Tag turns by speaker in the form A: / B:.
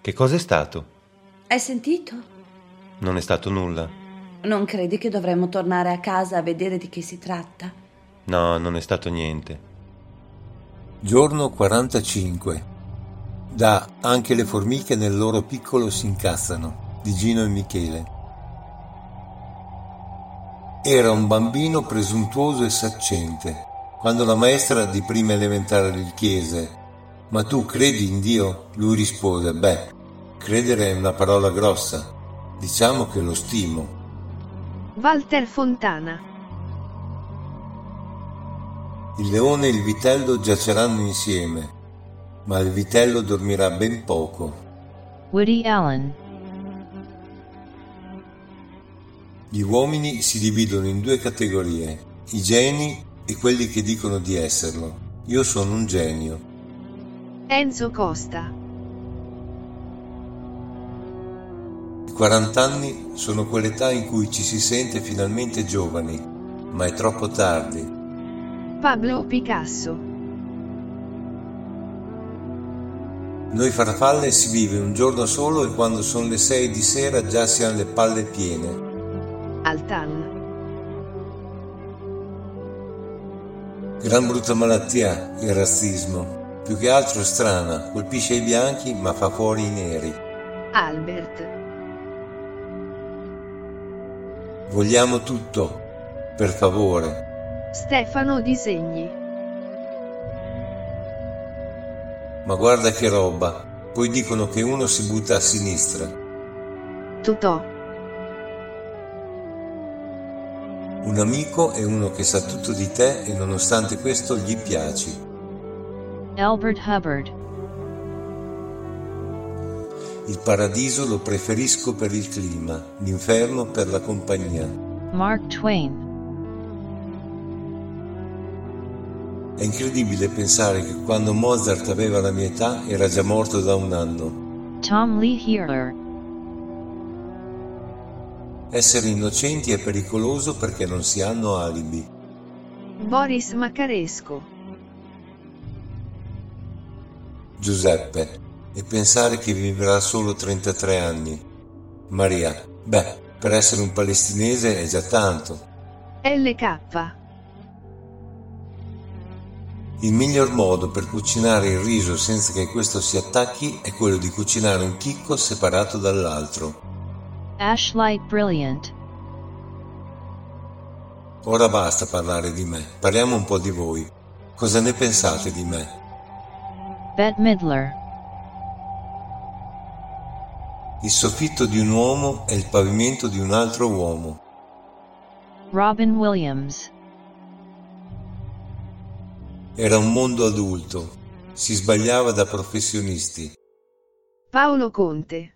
A: Che cosa è stato?
B: Hai sentito?
A: Non è stato nulla.
B: Non credi che dovremmo tornare a casa a vedere di che si tratta?
A: No, non è stato niente.
C: Giorno 45. Da Anche le formiche nel loro piccolo si incazzano di Gino e Michele. Era un bambino presuntuoso e saccente. Quando la maestra di prima elementare gli chiese Ma tu credi in Dio? Lui rispose Beh, credere è una parola grossa. Diciamo che lo stimo.
D: Walter Fontana.
C: Il leone e il vitello giaceranno insieme, ma il vitello dormirà ben poco.
E: Woody Allen,
C: Gli uomini si dividono in due categorie, i geni e quelli che dicono di esserlo. Io sono un genio.
D: Enzo Costa.
C: I 40 anni sono quell'età in cui ci si sente finalmente giovani, ma è troppo tardi.
D: Pablo Picasso.
C: Noi farfalle si vive un giorno solo e quando sono le 6 di sera già si hanno le palle piene.
D: Altan.
C: Gran brutta malattia il razzismo. Più che altro strana, colpisce i bianchi ma fa fuori i neri.
D: Albert.
C: Vogliamo tutto. Per favore.
D: Stefano Disegni.
C: Ma guarda che roba. Poi dicono che uno si butta a sinistra.
D: Totò.
C: Un amico è uno che sa tutto di te e nonostante questo gli piaci.
E: Albert Hubbard,
C: Il paradiso lo preferisco per il clima, l'inferno per la compagnia.
E: Mark Twain,
C: È incredibile pensare che quando Mozart aveva la mia età era già morto da un anno.
E: Tom Lee Hearer,
C: Essere innocenti è pericoloso perché non si hanno alibi.
D: Boris Macaresco.
C: Giuseppe, e pensare che vivrà solo 33 anni. Maria, beh, per essere un palestinese è già tanto.
D: LK.
C: Il miglior modo per cucinare il riso senza che questo si attacchi è quello di cucinare un chicco separato dall'altro.
E: Ashlight Brilliant,
C: Ora basta parlare di me, parliamo un po' di voi. Cosa ne pensate di me?
E: Bette Midler,
C: Il soffitto di un uomo è il pavimento di un altro uomo.
E: Robin Williams,
C: Era un mondo adulto. Si sbagliava da professionisti.
D: Paolo Conte.